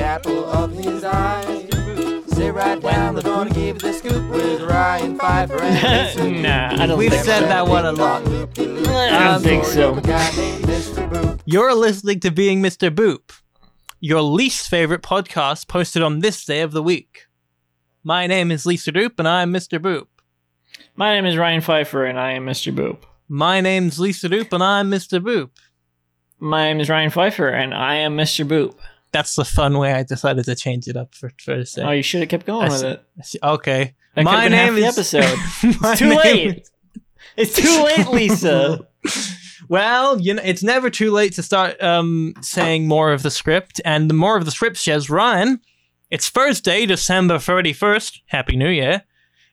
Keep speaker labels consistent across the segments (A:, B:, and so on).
A: up in his eyes. Sit right down, we're gonna give you the scoop with Ryan Pfeiffer and Lisa
B: Nah, I don't
C: We've
B: think
C: said
B: so.
C: that one a lot.
B: I don't think so.
A: A guy named Mr. Boop.
C: You're listening to Being Mr. Boop, your least favorite podcast posted on this day of the week. My name is Lisa Doop, and I'm Mr. Boop.
B: My name is Ryan Pfeiffer, and I am Mr. Boop.
C: My name's Lisa Doop, and I'm Mr. Boop.
B: My name is Ryan Pfeiffer, and I am Mr. Boop.
C: That's the fun way I decided to change it up for for this
B: Oh,
C: day.
B: you should have kept
C: I
B: going with
C: see.
B: it.
C: Okay.
B: That could have
C: My
B: been half
C: name
B: the
C: is
B: episode.
C: My
B: It's too
C: name
B: late. It's too late, Lisa.
C: Well, you know, it's never too late to start um, saying more of the script, and the more of the script says Ryan. It's Thursday, December thirty first. Happy New Year,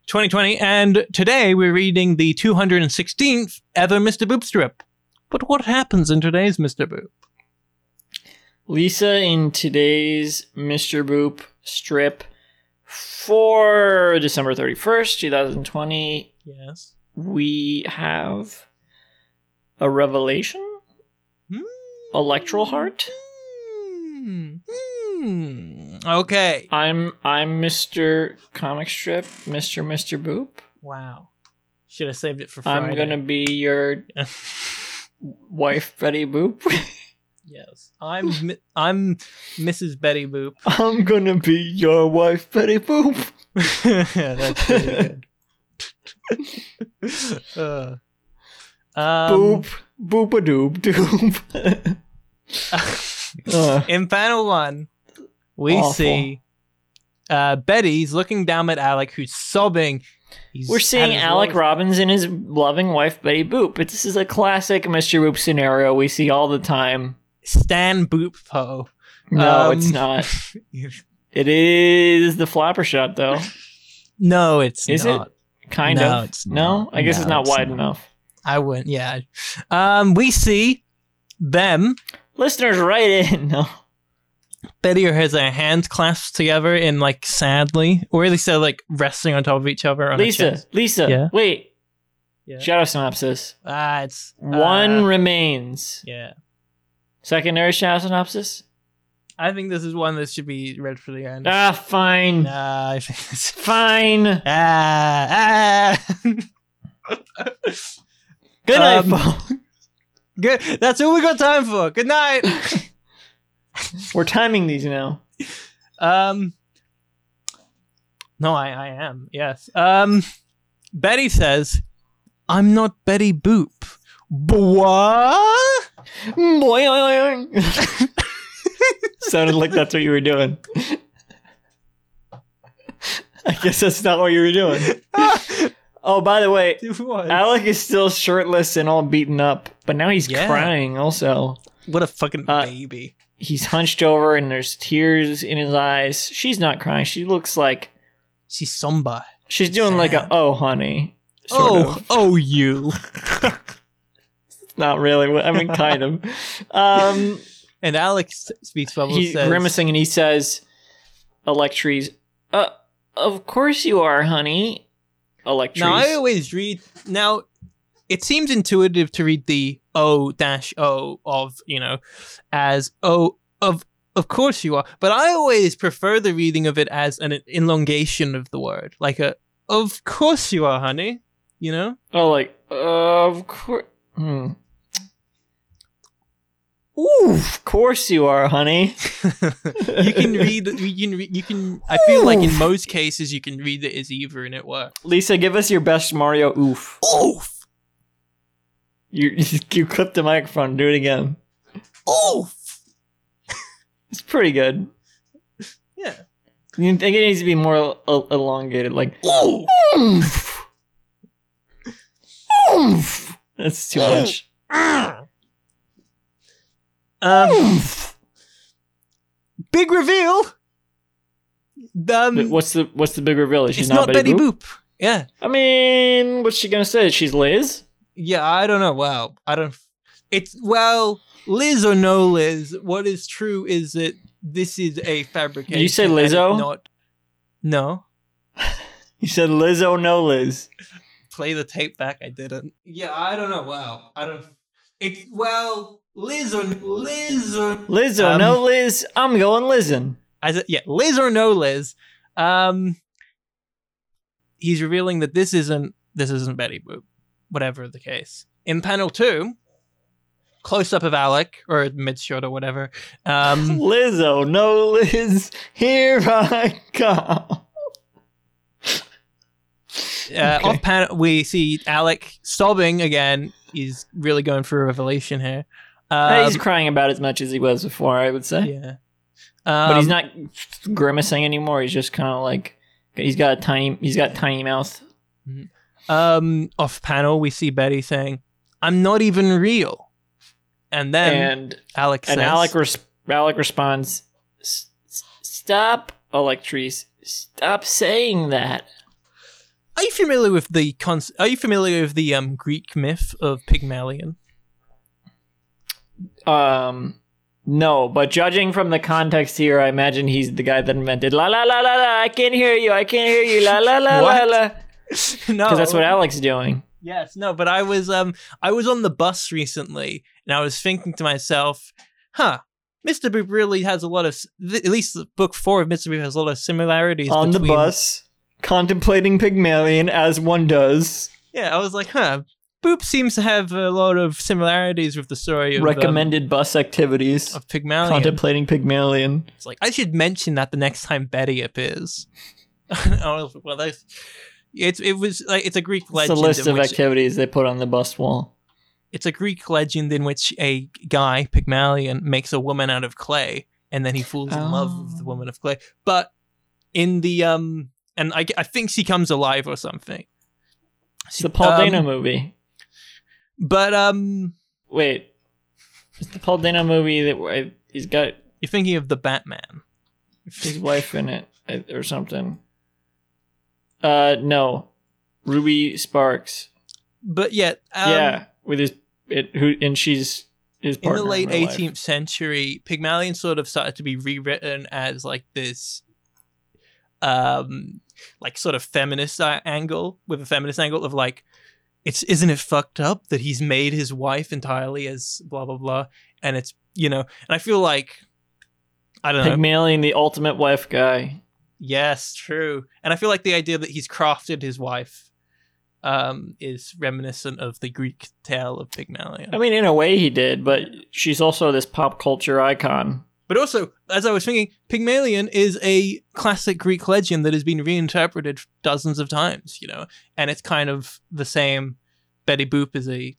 C: twenty twenty, and today we're reading the two hundred and sixteenth ever Mister Boop strip. But what happens in today's Mister Boop?
B: Lisa in today's Mr. Boop strip for December 31st, 2020.
C: Yes.
B: we have a revelation electral heart
C: Hmm. Hmm. Okay.
B: i'm i'm mr comic strip mr mr boop
C: Wow. Should have saved it for Friday.
B: i'm gonna be your wife betty boop
C: yes. I'm mi- I'm Mrs. Betty Boop.
B: i'm gonna be your wife betty boop Um,
C: That's pretty good. uh, um,
B: boop boop a doop doop Uh,
C: in panel one, we
B: Awful.
C: see uh, Betty's looking down at Alec, who's sobbing. He's
B: we're
C: at
B: seeing
C: his
B: Alec
C: lowest-
B: Robbins and his loving wife Betty Boop. But this is a classic Mr. Boop scenario we see all the time.
C: Stan Boop Poe.
B: No,
C: Um,
B: it's not. It is the flapper shot, though.
C: no, it's
B: Is it?
C: not.
B: Kind
C: No,
B: of.
C: it's
B: no,
C: not.
B: I guess
C: No,
B: it's not
C: it's
B: wide
C: not.
B: enough.
C: I wouldn't. Yeah. Um, we see them.
B: Listeners, write in. No,
C: Betty has their hands clasped together in like sadly, or at least they're like resting on top of each other. On her
B: Lisa,
C: chest.
B: Lisa,
C: Yeah.
B: wait.
C: Yeah.
B: Shadow synopsis.
C: Ah, it's uh,
B: One remains.
C: Yeah.
B: Secondary shadow synopsis.
C: I think this is one that should be read for the end.
B: Ah, fine,
C: Nah, I think this.
B: fine.
C: Ah, ah.
B: Good night,
C: Um,
B: folks.
C: Good. That's all we got time for. Good night.
B: We're timing these now.
C: Um. No, I, I am. Yes. Um. Betty says, "I'm not Betty Boop." What?
B: Hmm, Boing. Sounded like that's what you were doing. I guess that's not what you were doing. Oh, by the way,
C: what?
B: Alec is still shirtless and all beaten up, but now he's
C: Yeah.
B: crying also.
C: What a fucking
B: Uh,
C: baby.
B: He's hunched over and there's tears in his eyes. She's not crying. She looks like
C: She's somber.
B: she's doing like a
C: Sad.
B: oh honey. Sort
C: oh,
B: of.
C: oh, you.
B: Not really. I mean kind of. Um
C: And Alex speaks bubble
B: he's
C: says,
B: grimacing and he says Electries uh of course you are, honey. Electries.
C: Now I always read now it seems intuitive to read the O dash O of, you know, as O of of course you are. But I always prefer the reading of it as an elongation of the word. Like a of course you are, honey. You know?
B: oh like of course hmm. Ooh, of course you are, honey.
C: you can read you can re- you can I feel like in most cases you can read it as either and it works.
B: Lisa, give us your best Mario oof.
C: Oof!
B: You you clipped the microphone. Do it again.
C: Oof!
B: It's pretty good.
C: Yeah.
B: You think it needs to be more el- el- elongated, like
C: Oof!
B: oof. Oof. That's too much.
C: Ah! Um,
B: Oof.
C: big reveal. Um,
B: What's the what's the big reveal? Is She's
C: it's not, Betty
B: Boop?
C: Boop. Yeah.
B: I mean, what's she gonna say? She's Liz.
C: Yeah, I don't know. Wow. I don't. It's, well, Liz or no Liz, what is true is that this is a fabrication.
B: You said
C: and it's
B: Lizzo?
C: Not, no.
B: You said Lizzo, no Liz.
C: Play the tape back. I didn't. Yeah, I don't know. Wow. I don't. It's, well, Liz or Liz or.
B: Lizzo,
C: Um,
B: no Liz. I'm going Lizin.
C: As a, yeah, Liz or no Liz, um, he's revealing that this isn't this isn't Betty Boop, whatever the case. In panel two, close up of Alec or mid shot or whatever. Um,
B: Lizzo, no Liz, here I come.
C: uh,
B: Okay.
C: off panel we see Alec sobbing again. He's really going through a revelation here.
B: Uh,
C: Um,
B: he's crying about as much as he was before, I would say.
C: yeah,
B: But he's
C: Um,
B: not grimacing anymore. He's just kind of like he's got a tiny he's got tiny mouth.
C: Um, off panel we see Betty saying, "I'm not even real," and then
B: and
C: Alec
B: and
C: says,
B: Alec res- Alec responds, "S- s- "Stop, Electrice. Stop saying that."
C: "Are you familiar with the cons- Are you familiar with the um Greek myth of Pygmalion?"
B: Um, no, but judging from the context here, I imagine he's the guy that invented la la la la la. I can't hear you. I can't hear you. La la la la
C: What?
B: la.
C: no,
B: Because that's what Alec's doing.
C: Yes, no, but I was um I was on the bus recently and I was thinking to myself, huh, Mr. Boop really has a lot of s- th- at least book 4 of Mr. Boop has a lot of similarities
B: On the
C: between-
B: bus, contemplating Pygmalion as one does.
C: Yeah, I was like, huh, Boop seems to have a lot of similarities with the story of um,
B: Recommended bus activities.
C: of Pygmalion.
B: Contemplating Pygmalion.
C: It's like I should mention that the next time Betty appears. I was like, well, that's it's it was like it's a Greek
B: It's a
C: legend.
B: list
C: in
B: of
C: which-
B: activities they put on the bus wall.
C: it's a Greek legend in which a guy, Pygmalion, makes a woman out of clay, and then he falls in love with the
B: Oh.
C: woman of clay. But in the um, and I, I think she comes alive or something.
B: It's the Paul
C: Um,
B: Dano movie.
C: But um,
B: Wait, it's the Paul Dano movie that where he's got
C: you're thinking of the Batman.
B: his wife in it uh, or something. Uh, no, Ruby Sparks.
C: But yet, um,
B: yeah, with his it who and she's his
C: in
B: partner.
C: the late
B: real life.
C: 18th century, Pygmalion sort of started to be rewritten as like this, um, like sort of feminist uh, angle with a feminist angle of like, it's isn't it fucked up that he's made his wife entirely as blah blah blah, and it's you know, and I feel like, I don't know,
B: Pygmalion, the ultimate wife guy.
C: yes, true, and I feel like the idea that he's crafted his wife, um, is reminiscent of the Greek tale of Pygmalion.
B: I mean, in a way, he did, but she's also this pop culture icon.
C: But also, as I was thinking, Pygmalion is a classic Greek legend that has been reinterpreted dozens of times, you know, and it's kind of the same. Betty Boop is a,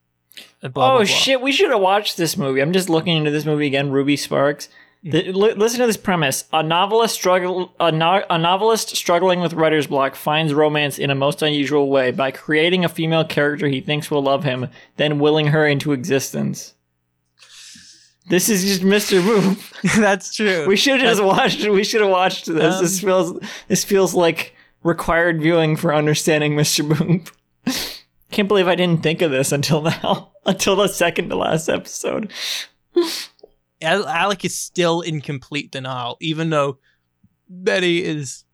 C: a blah,
B: oh
C: blah, blah.
B: shit, we should have watched this movie. I'm just looking into this movie again. Ruby Sparks. The- li- listen to this premise: a novelist struggle, a, no- a novelist struggling with writer's block finds romance in a most unusual way by creating a female character he thinks will love him, then willing her into existence. This is just Mr. Boop.
C: That's true.
B: We should have just watched. We should have watched this. this
C: Um,
B: feels. This feels like required viewing for understanding Mr. Boom. Can't believe I didn't think of this until now. Until the second to last episode.
C: Al- Alec is still in complete denial, even though Betty is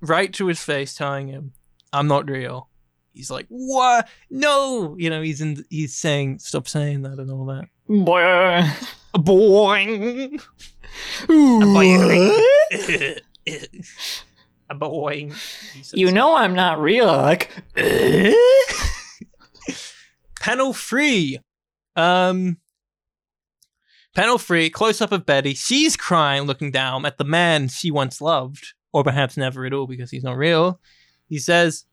C: right to his face telling him, I'm not real. He's like, what? No! You know, he's in, he's saying, stop saying that and all that.
B: Boy.
C: Boing!
B: Ooh.
C: boing. a boing.
B: You know I'm not real. Like, eh?
C: panel three. Um, panel three. Close up of Betty. She's crying, looking down at the man she once loved, or perhaps never at all because he's not real. He says,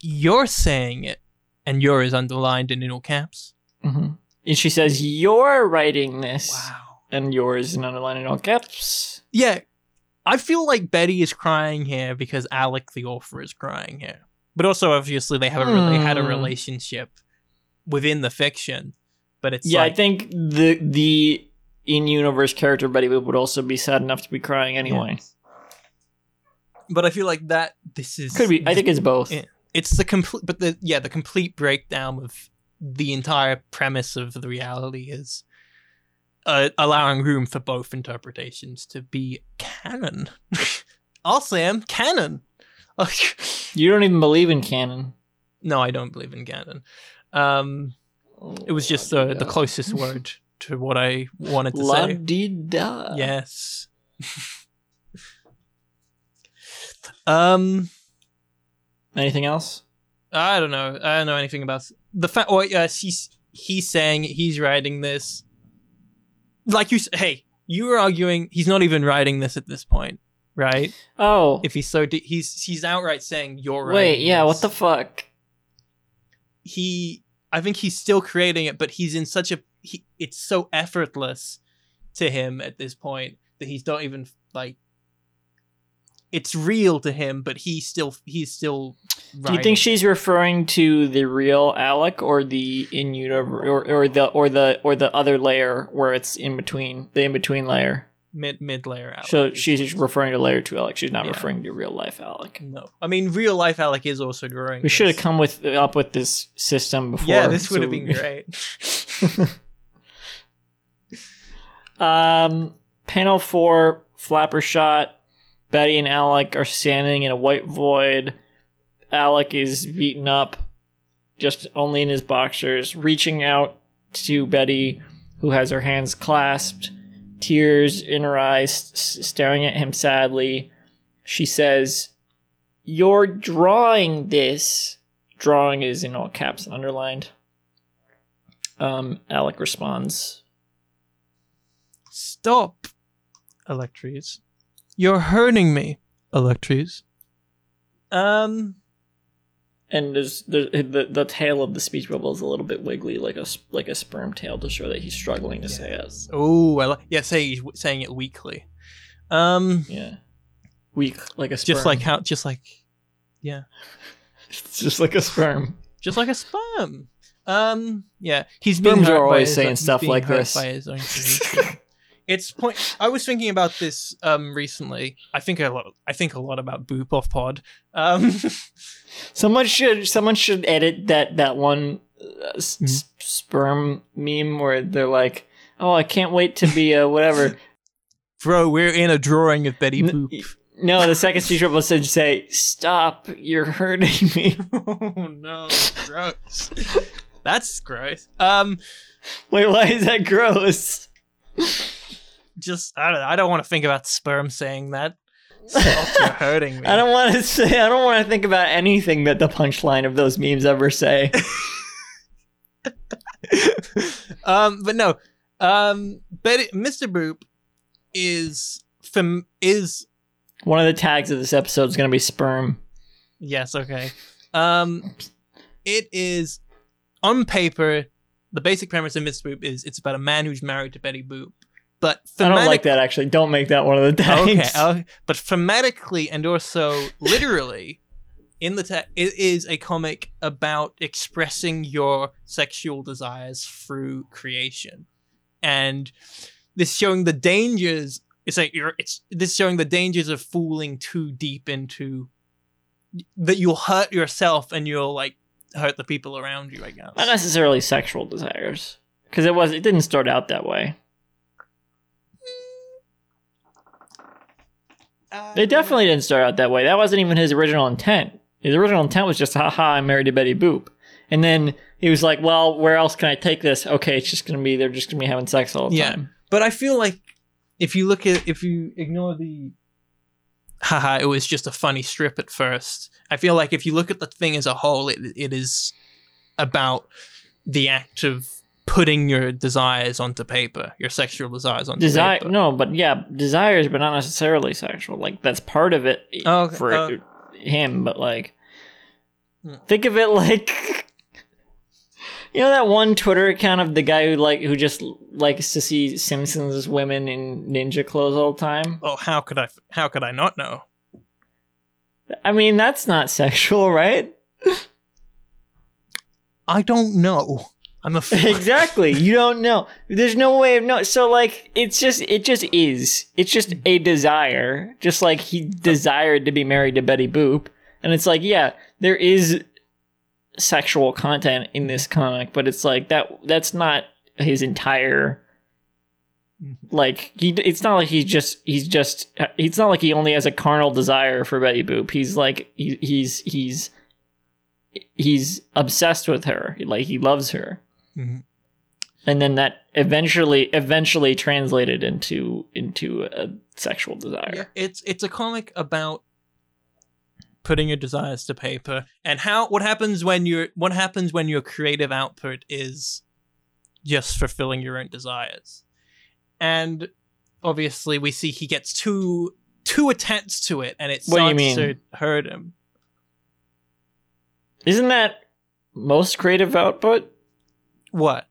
C: "You're saying it," and "your" is underlined in all caps.
B: Mhm. And she says, "You're writing this,"
C: Wow.
B: and yours in underline in all caps.
C: Yeah, I feel like Betty is crying here because Alec, the author, is crying here. But also, obviously, they haven't really had a
B: Hmm.
C: relationship within the fiction. But it's
B: yeah,
C: like,
B: I think the the in-universe character Betty Boop would also be sad enough to be crying anyway.
C: but I feel like that this is
B: Could be. I think it's both.
C: Yeah. it's the complete, but the yeah, the complete breakdown of the entire premise of the reality is uh, allowing room for both interpretations to be canon. I'll say 'em, canon.
B: You don't even believe in canon.
C: no, I don't believe in canon. Um, it was just uh, the closest word to what I wanted to
B: La
C: say.
B: di da.
C: Yes. Um,
B: Anything else?
C: I don't know. I don't know anything about s- the fact. Or uh, he's he's saying he's writing this. Like you, s- hey, you were arguing he's not even writing this at this point, right?
B: Oh,
C: If he's so, de- he's he's outright saying you're right.
B: wait, yeah, what the fuck?
C: he I think he's still creating it, but he's in such a he, it's so effortless to him at this point that he's not even like it's real to him, but he still he's still.
B: Do you
C: writing.
B: think she's referring to the real Alec or the in universe or, or the or the or the other layer where it's in between the in between layer?
C: mid mid layer Alec?
B: so
C: is-
B: she's referring to layer two Alec. She's not
C: Yeah.
B: referring to real life Alec.
C: no. I mean, real life Alec is also drawing.
B: We should have
C: this.
B: come with up with this system before.
C: Yeah, this would
B: so
C: have been
B: we-
C: great.
B: Um, panel four, flapper shot. Betty and Alec are standing in a white void. Alec is beaten up, just only in his boxers, reaching out to Betty, who has her hands clasped, tears in her eyes, s- staring at him sadly. She says, You're drawing this. Drawing is in all caps and underlined. Um, Alec responds,
C: Stop, Electries. You're hurting me, Electries. Um.
B: and there's, there's the the tail of the speech bubble is a little bit wiggly, like a s- like a sperm tail, to show that he's struggling to say it.
C: Oh, I like. Yeah, say he's w- saying it weakly. Um.
B: Yeah, weak like a sperm.
C: just like how just like
B: just like a sperm.
C: just like a sperm um yeah he's
B: Sperms
C: being hurt
B: are
C: by
B: always
C: his-
B: saying
C: he's
B: stuff
C: being
B: like
C: hurt
B: this.
C: by his own creation. it's point i was thinking about this um recently i think a lot i think a lot about boop off pod um
B: Someone should someone should edit that that one uh, s-
C: Hmm?
B: s- sperm meme where they're like, "Oh, I can't wait to be a whatever."
C: bro we're in a drawing of betty
B: N-
C: boop
B: no, the second speech bubble should say, "Stop! You're hurting me."
C: oh no gross that's gross um
B: Wait, why is that gross?
C: just i don't know, i don't want to think about sperm saying that Stop, you're hurting me
B: I don't want to say. I don't want to think about anything that the punchline of those memes ever say.
C: um, but no, um, but it- Mr. Boop is fam- is
B: One of the tags of this episode is going to be sperm.
C: yes okay. Um, it is on paper. The basic premise of Mr. Boop is it's about a man who's married to Betty Boop, but
B: I don't like
C: thematic-
B: that actually. Don't make that one of the tags.
C: Okay, okay, but thematically and also literally. In the text, it is a comic about expressing your sexual desires through creation, and this showing the dangers. It's like you're, it's this showing the dangers of fooling too deep into that you'll hurt yourself and you'll like hurt the people around you. I guess.
B: Not necessarily sexual desires, because it was. It didn't start out that way.
C: Mm, uh,
B: It definitely didn't start out that way. That wasn't even his original intent. His original intent was just, haha, I'm married to Betty Boop. And then he was like, well, where else can I take this? Okay, it's just going to be, they're just going to be having sex all the
C: Yeah.
B: time.
C: But I feel like if you look at if you ignore the haha, it was just a funny strip at first. I feel like if you look at the thing as a whole, it it is about the act of putting your desires onto paper, your sexual desires onto
B: Desire,
C: paper.
B: no, but yeah, desires, but not necessarily sexual. Like that's part of it
C: Oh, okay.
B: for
C: Oh.
B: him. But like,
C: Hmm.
B: think of it like, you know, that one Twitter account of the guy who like who just likes to see Simpsons women in ninja clothes all the time.
C: Oh, how could I? f- How could I not know?
B: I mean, that's not sexual, right?
C: I don't know. I'm a fool.
B: exactly. You don't know. There's no way of know. So like, it's just it just is. It's just a desire. Just like he desired to be married to Betty Boop, and it's like, yeah, there is sexual content in this comic, but it's like that. That's not his entire. Like he, it's not like he's just he's just it's not like he only has a carnal desire for Betty Boop. He's like he, he's he's he's obsessed with her. Like he loves her
C: Mhm.
B: and then that eventually eventually translated into into a sexual desire
C: Yeah, it's it's a comic about putting your desires to paper and how what happens when your what happens when your creative output is just fulfilling your own desires and obviously we see he gets too too attached to it and it
B: What do you mean?
C: starts to hurt him
B: Isn't that most creative output?
C: what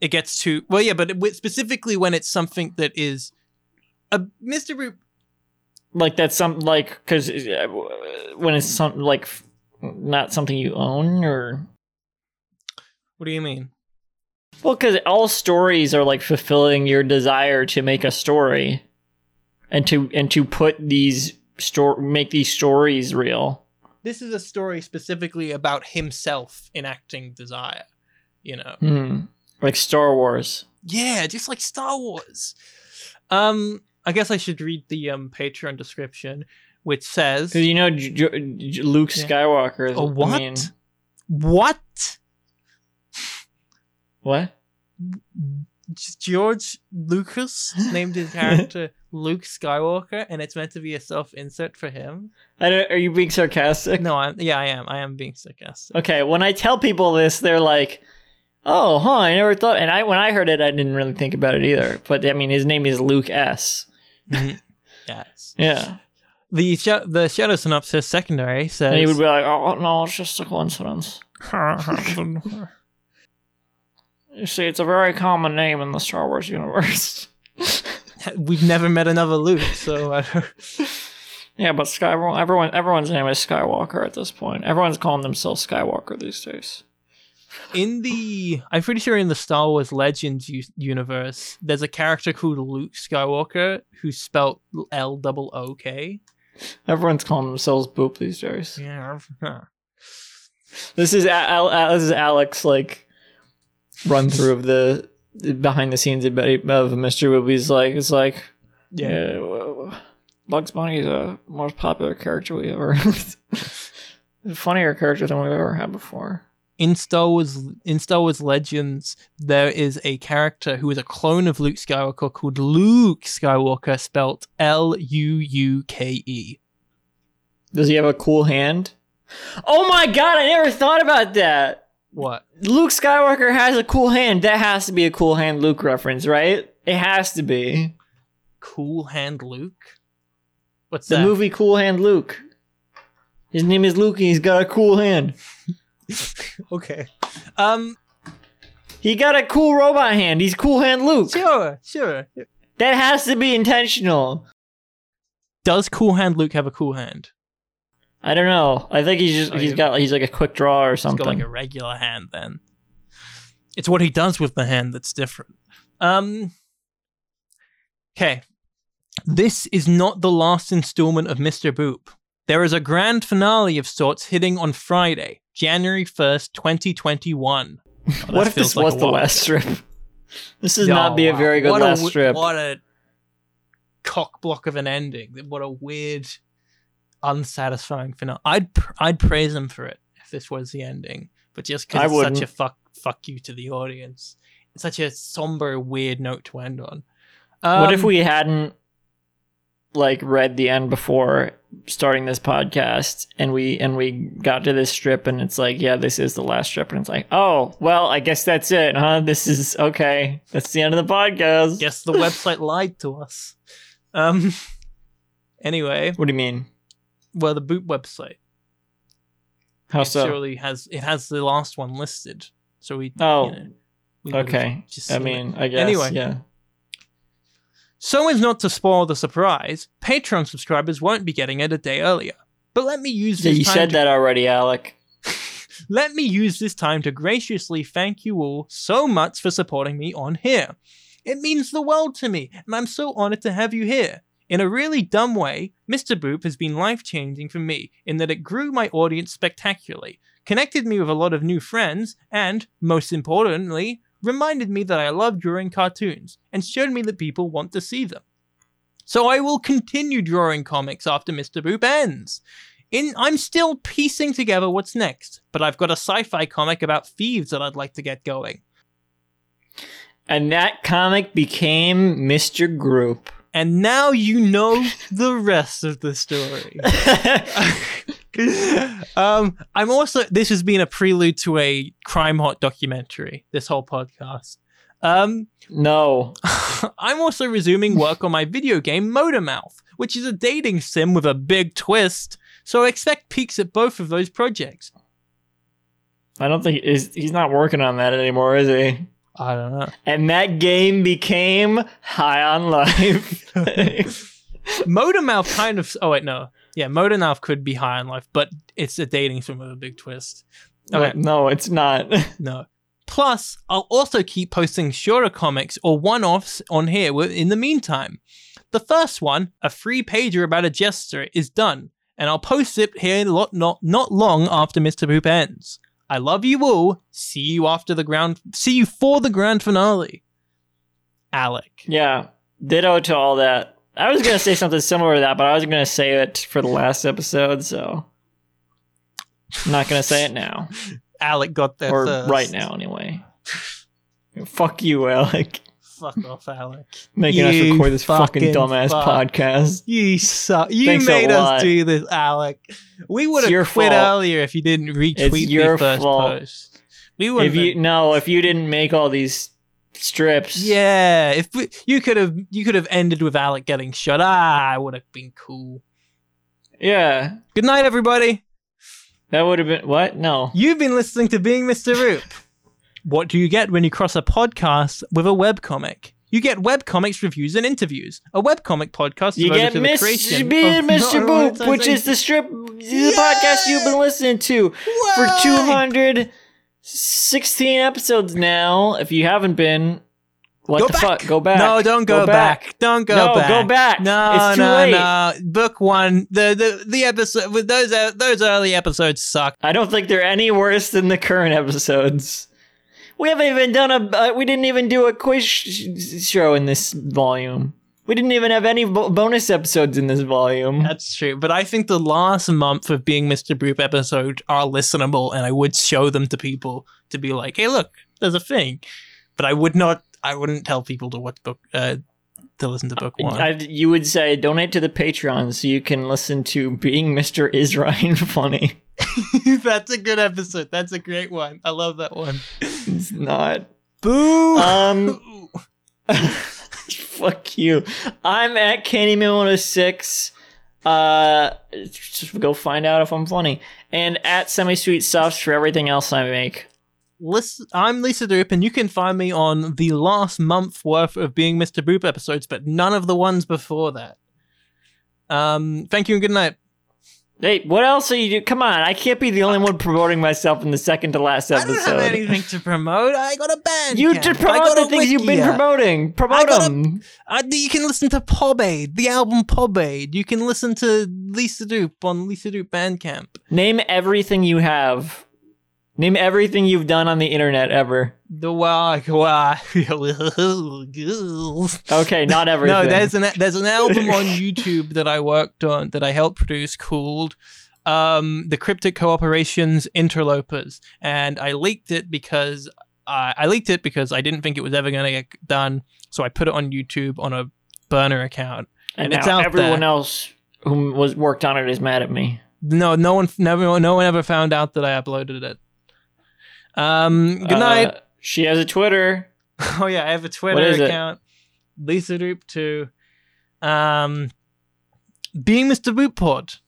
C: it gets too well yeah but it, specifically when it's something that is a mr Ru-
B: Like that's some like because when it's some like f- not something you own or
C: what do you mean
B: well because all stories are like fulfilling your desire to make a story and to and to put these store make these stories real.
C: this is a story specifically about himself enacting desire you know
B: Hmm. Like Star Wars.
C: yeah just like star wars um i guess i should read the um patreon description which says
B: Because you know J- J- J- Luke
C: Yeah.
B: Skywalker. is-
C: a what
B: I mean,
C: what
B: what?
C: george lucas named his character luke skywalker and it's meant to be a self insert for him
B: I don't, are you being sarcastic?
C: no i'm yeah i am i am being sarcastic
B: Okay, when I tell people this, they're like, "Oh, huh? I never thought." And I, when I heard it, I didn't really think about it either. But I mean, his name is Luke S.
C: yes
B: Yeah,
C: the sh- the shadow synopsis secondary says
B: and he would be like, "Oh no, it's just a coincidence." You see, it's a very common name in the Star Wars universe.
C: we've never met another luke so uh,
B: yeah, but Skywalker. Everyone, everyone's name is Skywalker at this point. Everyone's calling themselves Skywalker these days.
C: in the I'm pretty sure in the Star Wars Legends u- universe, there's a character called Luke Skywalker who's spelt L double O K.
B: Everyone's calling themselves Boop these days.
C: Yeah.
B: This is Al- Al- this is Alex like run through of the, the behind the scenes of, of Mr. Whoopi's like it's like
C: Yeah.
B: yeah, well, Bugs Bunny is a most popular character we ever funnier character than we've ever had before.
C: In Star Wars in Star Wars Legends, there is a character who is a clone of Luke Skywalker called Luke Skywalker spelt L U U K E.
B: Does he have a cool hand? Oh my god, I never thought about that.
C: What?
B: Luke Skywalker has a cool hand. That has to be a cool hand Luke reference, right? It has to be.
C: Cool hand Luke? What's
B: The
C: that?
B: movie Cool Hand Luke. His name is Luke and he's got a cool hand.
C: Okay. Um
B: He got a cool robot hand. He's cool hand Luke.
C: sure, sure.
B: That has to be intentional.
C: Does cool hand Luke have a cool hand?
B: I don't know. I think he's just
C: Oh,
B: he's
C: yeah.
B: got he's like a quick draw or
C: He's got
B: something.
C: like a regular hand then. It's what he does with the hand that's different. Um Okay. This is not the last installment of Mr. Boop. There is a grand finale of sorts hitting on Friday, January 1st, 2021. Oh, that
B: what if this
C: feels like
B: was
C: a
B: the
C: while.
B: last strip? This does
C: Oh,
B: not be a
C: wow.
B: very good
C: What
B: last
C: wi-
B: strip.
C: What a cock block of an ending. What a weird, unsatisfying finale. I'd pr- I'd praise him for it if this was the ending, but just
B: I
C: because it's such a
B: wouldn't.
C: fuck fuck you to the audience, it's such a somber, weird note to end on. Um,
B: what if we hadn't like read the end before starting this podcast and we and we got to this strip and it's like, yeah, this is the last strip and it's like, oh, well, I guess that's it, huh? This is okay. That's the end of the podcast.
C: Guess the website lied to us. Um. Anyway,
B: What do you mean?
C: well, the boot website
B: How
C: it
B: so?
C: surely has it has the last one listed, so we.
B: Oh,
C: you know, we would've
B: okay.
C: just
B: I
C: seen it.
B: mean, I guess.
C: Anyway.
B: yeah.
C: So as not to spoil the surprise, Patreon subscribers won't be getting it a day earlier. But let me use
B: Yeah,
C: this
B: you
C: time
B: said
C: to-
B: that already, Alec.
C: let me use this time to graciously thank you all so much for supporting me on here. It means the world to me, and I'm so honored to have you here. In a really dumb way, Mr. Boop has been life changing for me in that it grew my audience spectacularly, connected me with a lot of new friends, and, most importantly, reminded me that I love drawing cartoons and showed me that people want to see them. So I will continue drawing comics after Mr. Boop ends. In, I'm still piecing together what's next, but I've got a sci-fi comic about thieves that I'd like to get going.
B: And that comic became Mr. Group.
C: and now you know the rest of the story. um, I'm also this has been a prelude to a crime hot documentary. This whole podcast. Um,
B: no.
C: I'm also resuming work on my video game Motormouth, which is a dating sim with a big twist. So I expect peaks at both of those projects.
B: I don't think he's, he's not working on that anymore, is he?
C: I don't know.
B: And that game became High on Life.
C: Motormouth kind of. Oh wait, no. Yeah, Motormouth could be high on life, but it's a dating sim with a big twist. Okay.
B: No, it's not.
C: No. Plus, I'll also keep posting shorter comics or one offs on here wi- in the meantime. The first one, a free pager about a jester, is done, and I'll post it here lo- not, not long after Mr. Poop ends. I love you all. See you after the ground. See you for the grand finale. Alec.
B: Yeah. Ditto to all that. I was gonna say something similar to that, but I was gonna say it for the last episode, so I'm not gonna say it now.
C: Alec got there
B: or
C: first.
B: right now anyway. Fuck you, Alec.
C: Fuck off, Alec.
B: Making us
C: You
B: record this fucking,
C: fucking
B: dumbass
C: fuck.
B: podcast.
C: You suck. You
B: Thanks a
C: made
B: lot.
C: us do this, Alec. We would
B: It's your
C: have quit
B: fault.
C: earlier if you didn't retweet
B: It's your
C: the first
B: fault.
C: post. We would
B: If
C: have.
B: you no, if you didn't make all these strips,
C: yeah, if we, you could have, you could have ended with Alec getting shot. Ah, I would have been cool.
B: yeah,
C: Good night, everybody.
B: that would have been what? No,
C: You've been listening to Being Mr. Roop. what do you get when you cross a podcast with a webcomic? You get webcomics reviews and interviews. A webcomic podcast
B: you
C: devoted
B: get
C: to
B: Miss
C: the creation Oh,
B: being
C: of
B: Mr. Boop, which
C: non-monetization-
B: is the strip, the podcast you've been listening to. for
C: Whoa!
B: 216 episodes now. If you haven't been, what
C: Go
B: the
C: back.
B: fuck? Go back.
C: No, don't go, back. Don't go
B: no,
C: back.
B: go back.
C: No,
B: it's too
C: no,
B: late.
C: no. Book one. The the the episode with those uh, those early episodes suck.
B: I don't think they're any worse than the current episodes. We haven't even done a. Uh, we didn't even do a quiz sh- sh- show in this volume. We didn't even have any bo- bonus episodes in this volume.
C: That's true. But I think the last month of being Mr. Broop episode are listenable, and I would show them to people to be like, hey, look, there's a thing. But I would not. I wouldn't tell people to watch book uh, to listen to book one.
B: I, you would say donate to the Patreon so you can listen to being Mr. Is Ryan funny?
C: That's a good episode. That's a great one. I love that one.
B: It's not.
C: Boo.
B: Um. Fuck you. I'm at Candyman106. Uh, just go find out if I'm funny. And at Semi Sweet Softs for everything else I make.
C: Listen, I'm Lisa Droop, and you can find me on the last month worth of Being Mr. Boop episodes, but none of the ones before that. Um, thank you and good night.
B: Hey, what else are you do? Come on, I can't be the only one promoting myself in the second to last
C: I
B: episode.
C: don't have anything to promote. I got a band.
B: You just promote the things you've been promoting. Promote
C: got a-
B: them.
C: you can listen to Pub Aid, the album Pub Aid. You can listen to Lisa Droop on Lisa Droop Bandcamp.
B: Name everything you have. Name everything you've done on the internet ever.
C: The Walk. Walk.
B: Okay, not everything.
C: No, there's an there's an album on YouTube that I worked on that I helped produce called um, "The Cryptic Cooperations Interlopers," and I leaked it because uh, I leaked it because I didn't think it was ever going to get done, so I put it on YouTube on a burner account.
B: and
C: and it's
B: now
C: out
B: everyone
C: there.
B: else who was worked on it is mad at me.
C: No, no one, never, no one ever found out that I uploaded it. Um, good
B: Uh,
C: night.
B: she has a Twitter.
C: Oh yeah, I have
B: What
C: a
B: is
C: Twitter
B: it?
C: account. Lisa Doop two. Um Being Mr. Bootpod.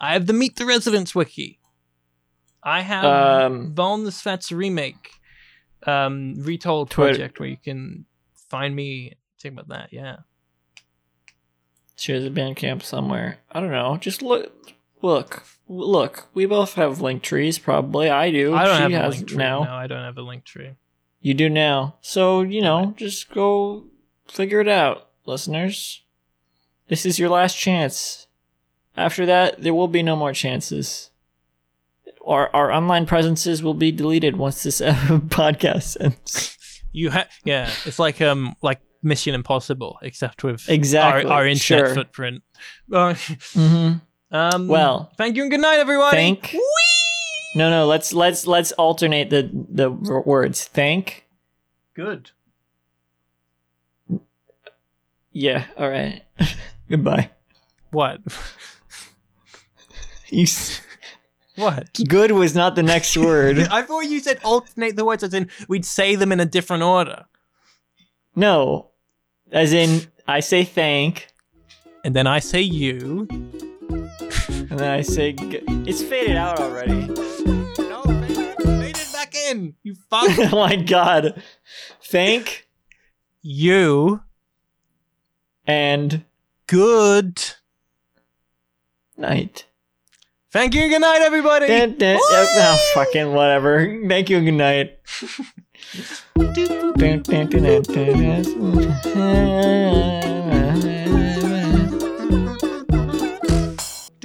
C: I have the Meet the Residents wiki. I have
B: Um,
C: um, Von the Sats remake um retold
B: Twitter-
C: project where you can find me talk about that, yeah.
B: She has a band camp somewhere. I don't know. Just look, look, look. We both have link trees, probably. I do.
C: I don't
B: she
C: have a
B: has
C: link tree.
B: now.
C: No, I don't have a link tree.
B: You do now. So you know, just go figure it out, listeners. This is your last chance. After that, there will be no more chances. Our our online presences will be deleted once this podcast ends.
C: You ha- yeah, it's like um like Mission Impossible, except with
B: Exactly.
C: our, our internet
B: Sure.
C: footprint. Uh,
B: Mm-hmm.
C: um
B: Well,
C: Thank you and good night, everybody.
B: Thank- no, no. Let's let's let's alternate the the words. Thank.
C: Good.
B: Yeah, all right. Goodbye.
C: What?
B: You s-
C: What?
B: good was not the next word.
C: I thought you said alternate the words as in we'd say them in a different order.
B: No. As in, I say thank,
C: And then I say you.
B: and then I say. G- it's faded out already.
C: No, fade it back in. You fuck.
B: oh my god. Thank
C: you.
B: and
C: Good.
B: night.
C: Thank you. Good night, everybody.
B: Dun, dun, oh, oh, fucking whatever. Thank you and good night. Dun, dun, dun, dun, dun, dun.